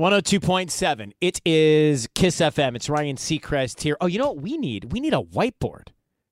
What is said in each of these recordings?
102.7. It is Kiss FM. It's Ryan Seacrest here. Oh, you know what we need? We need a whiteboard.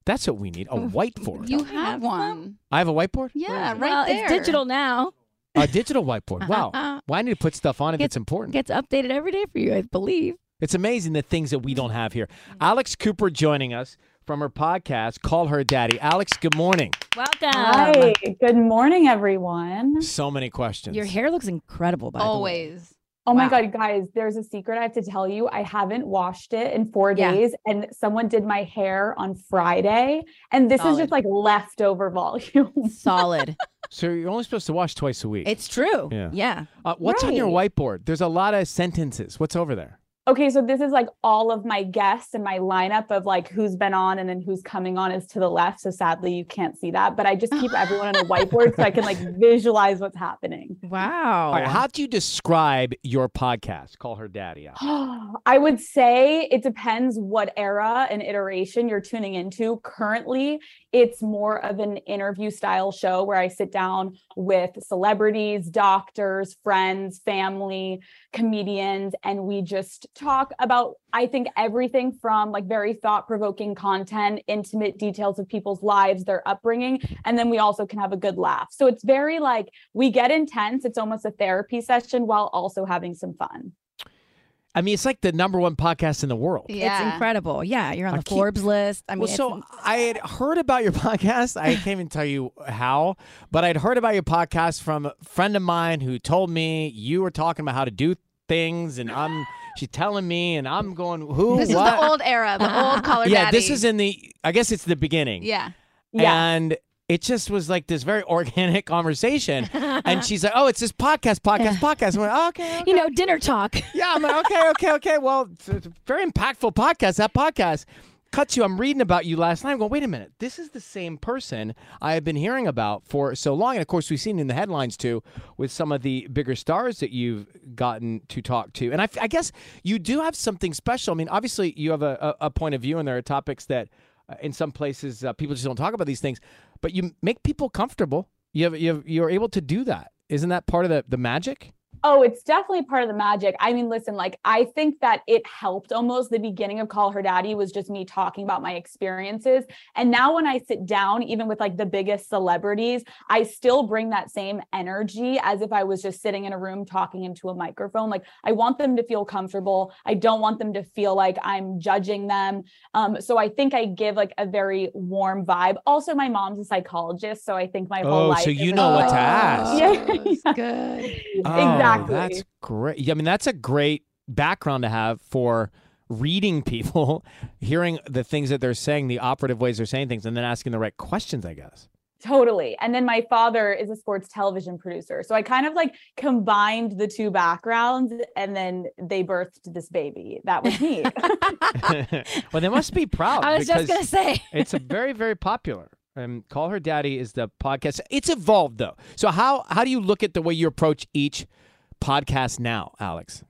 That's what we need a whiteboard. You have one. I have a whiteboard? Yeah, Uh, right well, there. it's digital now. A digital whiteboard. Wow. Well, I need to put stuff on if it's important. Gets updated every day for you, I believe. It's amazing the things that we don't have here. Alex Cooper joining us from her podcast, Call Her Daddy. Alex, good morning. Welcome. Hi. Good morning, everyone. So many questions. Your hair looks incredible, by the way. Always. Oh my Wow. God, guys, there's a secret I have to tell you. I haven't washed it in four Yeah. days, and someone did my hair on Friday. And this is Solid. just like leftover volume. Solid. So you're only supposed to wash twice a week. it's true. Yeah. yeah. uh, what's on your whiteboard? There's a lot of sentences. What's over there? Okay, so this is like all of my guests and my lineup of like who's been on and then who's coming on is to the left. So sadly, you can't see that, but I just keep everyone on a whiteboard so I can like visualize what's happening. Wow. All Oh. right, how do you describe your podcast, Call Her Daddy? Alex? I would say it depends what era and iteration you're tuning into. Currently, it's more of an interview style show where I sit down with celebrities, doctors, friends, family, comedians, and we just talk about, I think, everything from like very thought provoking content, intimate details of people's lives, their upbringing, and then we also can have a good laugh. So it's very like we get intense. It's almost a therapy session while also having some fun. I mean, it's like the number one podcast in the world. Yeah. It's incredible. Yeah, you're on I the keep- Forbes list. I mean, well, it's- so I had heard about your podcast. I can't even tell you how, but I'd heard about your podcast from a friend of mine who told me you were talking about how to do things, and I'm she's telling me, and I'm going, who? This is what? the old era, the old color yeah, daddy. this is in the. I guess it's the beginning. Yeah. Yeah. and it just was like this very organic conversation. and she's like, "Oh, it's this podcast, podcast, podcast." I'm like, oh, okay, okay. you know, dinner talk. Yeah, I'm like, okay, okay, okay. Well, it's it's a very impactful podcast. That podcast cut you. I'm reading about you last night. I'm going, wait a minute. This is the same person I have been hearing about for so long. And of course, we've seen in the headlines too with some of the bigger stars that you've gotten to talk to. And I, f- I guess you do have something special. I mean, obviously, you have a, a, a point of view, and there are topics that uh, in some places uh, people just don't talk about these things. But you make people comfortable. You have, you have, you're able to do that. Isn't that part of the, the magic? Oh, it's definitely part of the magic. I mean, listen, like I think that it helped almost the beginning of Call Her Daddy was just me talking about my experiences. And now when I sit down, even with like the biggest celebrities, I still bring that same energy as if I was just sitting in a room talking into a microphone. Like I want them to feel comfortable. I don't want them to feel like I'm judging them. Um, so I think I give like a very warm vibe. Also, my mom's a psychologist, so I think my whole Oh, life. so is you a know what to psychologist. ask. Yeah, Yes, yeah. Good. Oh, exactly. That's great. I mean, that's a great background to have for reading people, hearing the things that they're saying, the operative ways they're saying things, and then asking the right questions, I guess. Totally. And then my father is a sports television producer. So I kind of like combined the two backgrounds and then they birthed this baby. That was me. well, they must be proud. I was Oh, because just gonna say. it's a very, very popular. Um, Call Her Daddy is the podcast. It's evolved though. So how how do you look at the way you approach each podcasts now, Alex?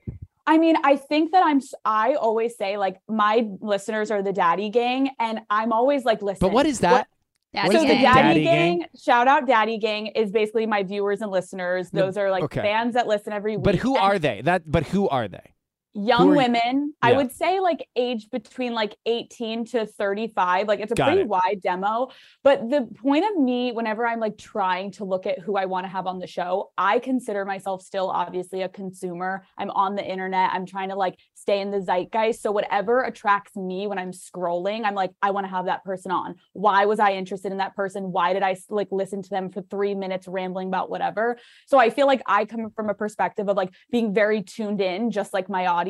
I mean, I think that I'm, s- I always say like my listeners are the daddy gang. And I'm always like, listen. But what is that? Daddy What so is that? the daddy, gang. Daddy gang, gang? shout out daddy gang is basically my viewers and listeners. No, Those are like okay. fans that listen every week. But who And are they? That but who are they? young who are- women? I Yeah. would say like age between like 18 to 35. Like it's a Got pretty it. wide demo. But the point of me, whenever I'm like trying to look at who I want to have on the show, I consider myself still obviously a consumer. I'm on the internet. I'm trying to like stay in the zeitgeist. So whatever attracts me when I'm scrolling, I'm like, I want to have that person on. Why was I interested in that person? Why did I like listen to them for three minutes rambling about whatever? So I feel like I come from a perspective of like being very tuned in, just like my audience.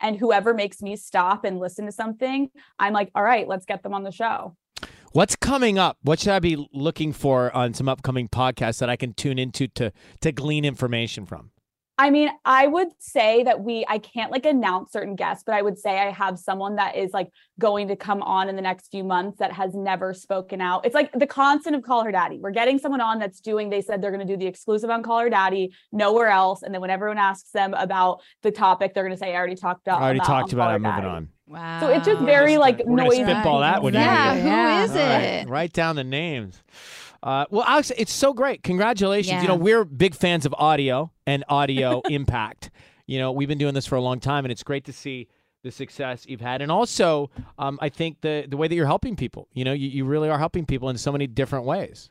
And whoever makes me stop and listen to something, I'm like, all right, let's get them on the show. What's coming up? What should I be looking for on some upcoming podcasts that I can tune into to to glean information from? I mean, I would say that we, I can't like announce certain guests, but I would say I have someone that is like going to come on in the next few months that has never spoken out. It's like the constant of Call Her Daddy. We're getting someone on that's doing, they said they're going to do the exclusive on Call Her Daddy, nowhere else. And then when everyone asks them about the topic, they're going to say, I already talked about I already about talked on about Call it. Her I'm moving Daddy." on. Wow. So it just very just like gonna- we're gonna noisy. spitball that one, Yeah, Yeah. who is All right, it? Write down the names. Uh, well, Alex, it's so great. Congratulations. You know, Yeah. we're big fans of audio and audio impact. You know, we've been doing this for a long time, and it's great to see the success you've had. And also, um, I think the, the way that you're helping people, you know, you, you really are helping people in so many different ways.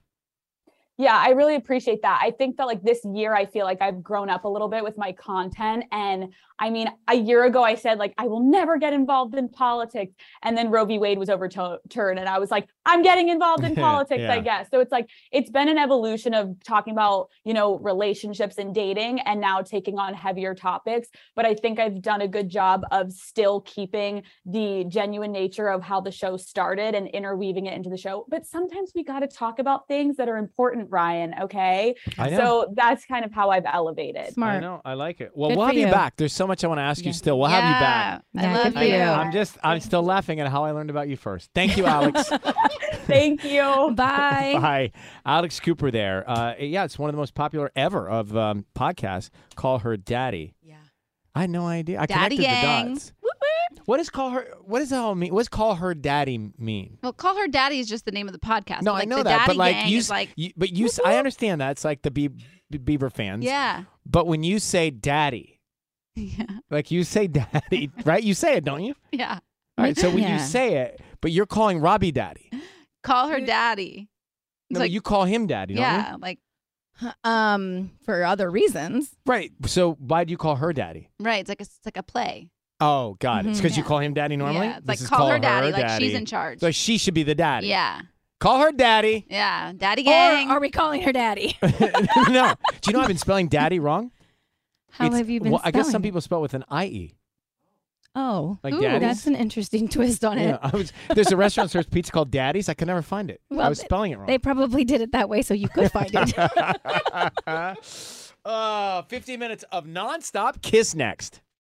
Yeah, I really appreciate that. I think that like this year, I feel like I've grown up a little bit with my content. And I mean, a year ago, I said, like, I will never get involved in politics. And then Roe v. Wade was overturned. And I was like, I'm getting involved in politics, Yeah. I guess. So it's like, it's been an evolution of talking about, you know, relationships and dating and now taking on heavier topics. But I think I've done a good job of still keeping the genuine nature of how the show started and interweaving it into the show. But sometimes we got to talk about things that are important, Ryan. Okay. I know. So that's kind of how I've elevated. I smart. know. I like it. Well, Good we'll for have you. you. back. There's so much I want to ask you Yeah. still. We'll have you back. Yeah, Yeah, I love good for you. you. I'm just, I'm still laughing at how I learned about you first. Thank you, Alex. Thank you. Bye. Hi, Alex Cooper there. Uh, yeah, it's one of the most popular ever of um, podcasts. Call her daddy. Yeah. I had no idea. I Daddy connected the gang. dots. What does call her? What does that all mean? What does call her daddy mean? Well, call her daddy is just the name of the podcast. no, I but, like, know the that, daddy but like gang you, is s- like, you- but you, s- I understand that. It's like the Bie- Bie- Beaver fans. yeah, But when you say daddy, yeah, like you say daddy, right? You say it, don't you? yeah. All right. So when you Yeah. say it, but you're calling Robbie daddy. Call her daddy. No, It's like, you call him daddy, don't you? yeah, like Um, for other reasons. Right. So why do you call her daddy? right. It's like a, it's like a play. Oh God! It's Mhm. because you Mm-hmm. Yeah. call him daddy normally. yeah, it's This like is call, her daddy, Like she's in charge. So she should be the daddy. yeah, Call her daddy. yeah. Daddy Or gang. are we calling her daddy? no. Do you know I've been spelling daddy wrong? How It's- have you been? well, I guess some spelling? people spell with an I E. Oh, Like Ooh, daddy. that's an interesting twist on it. I was, there's a restaurant that serves pizza called Daddy's. I could never find it. I Well, was spelling it wrong. They probably did it that way so you could find it. uh, 15 minutes of nonstop. Kiss next.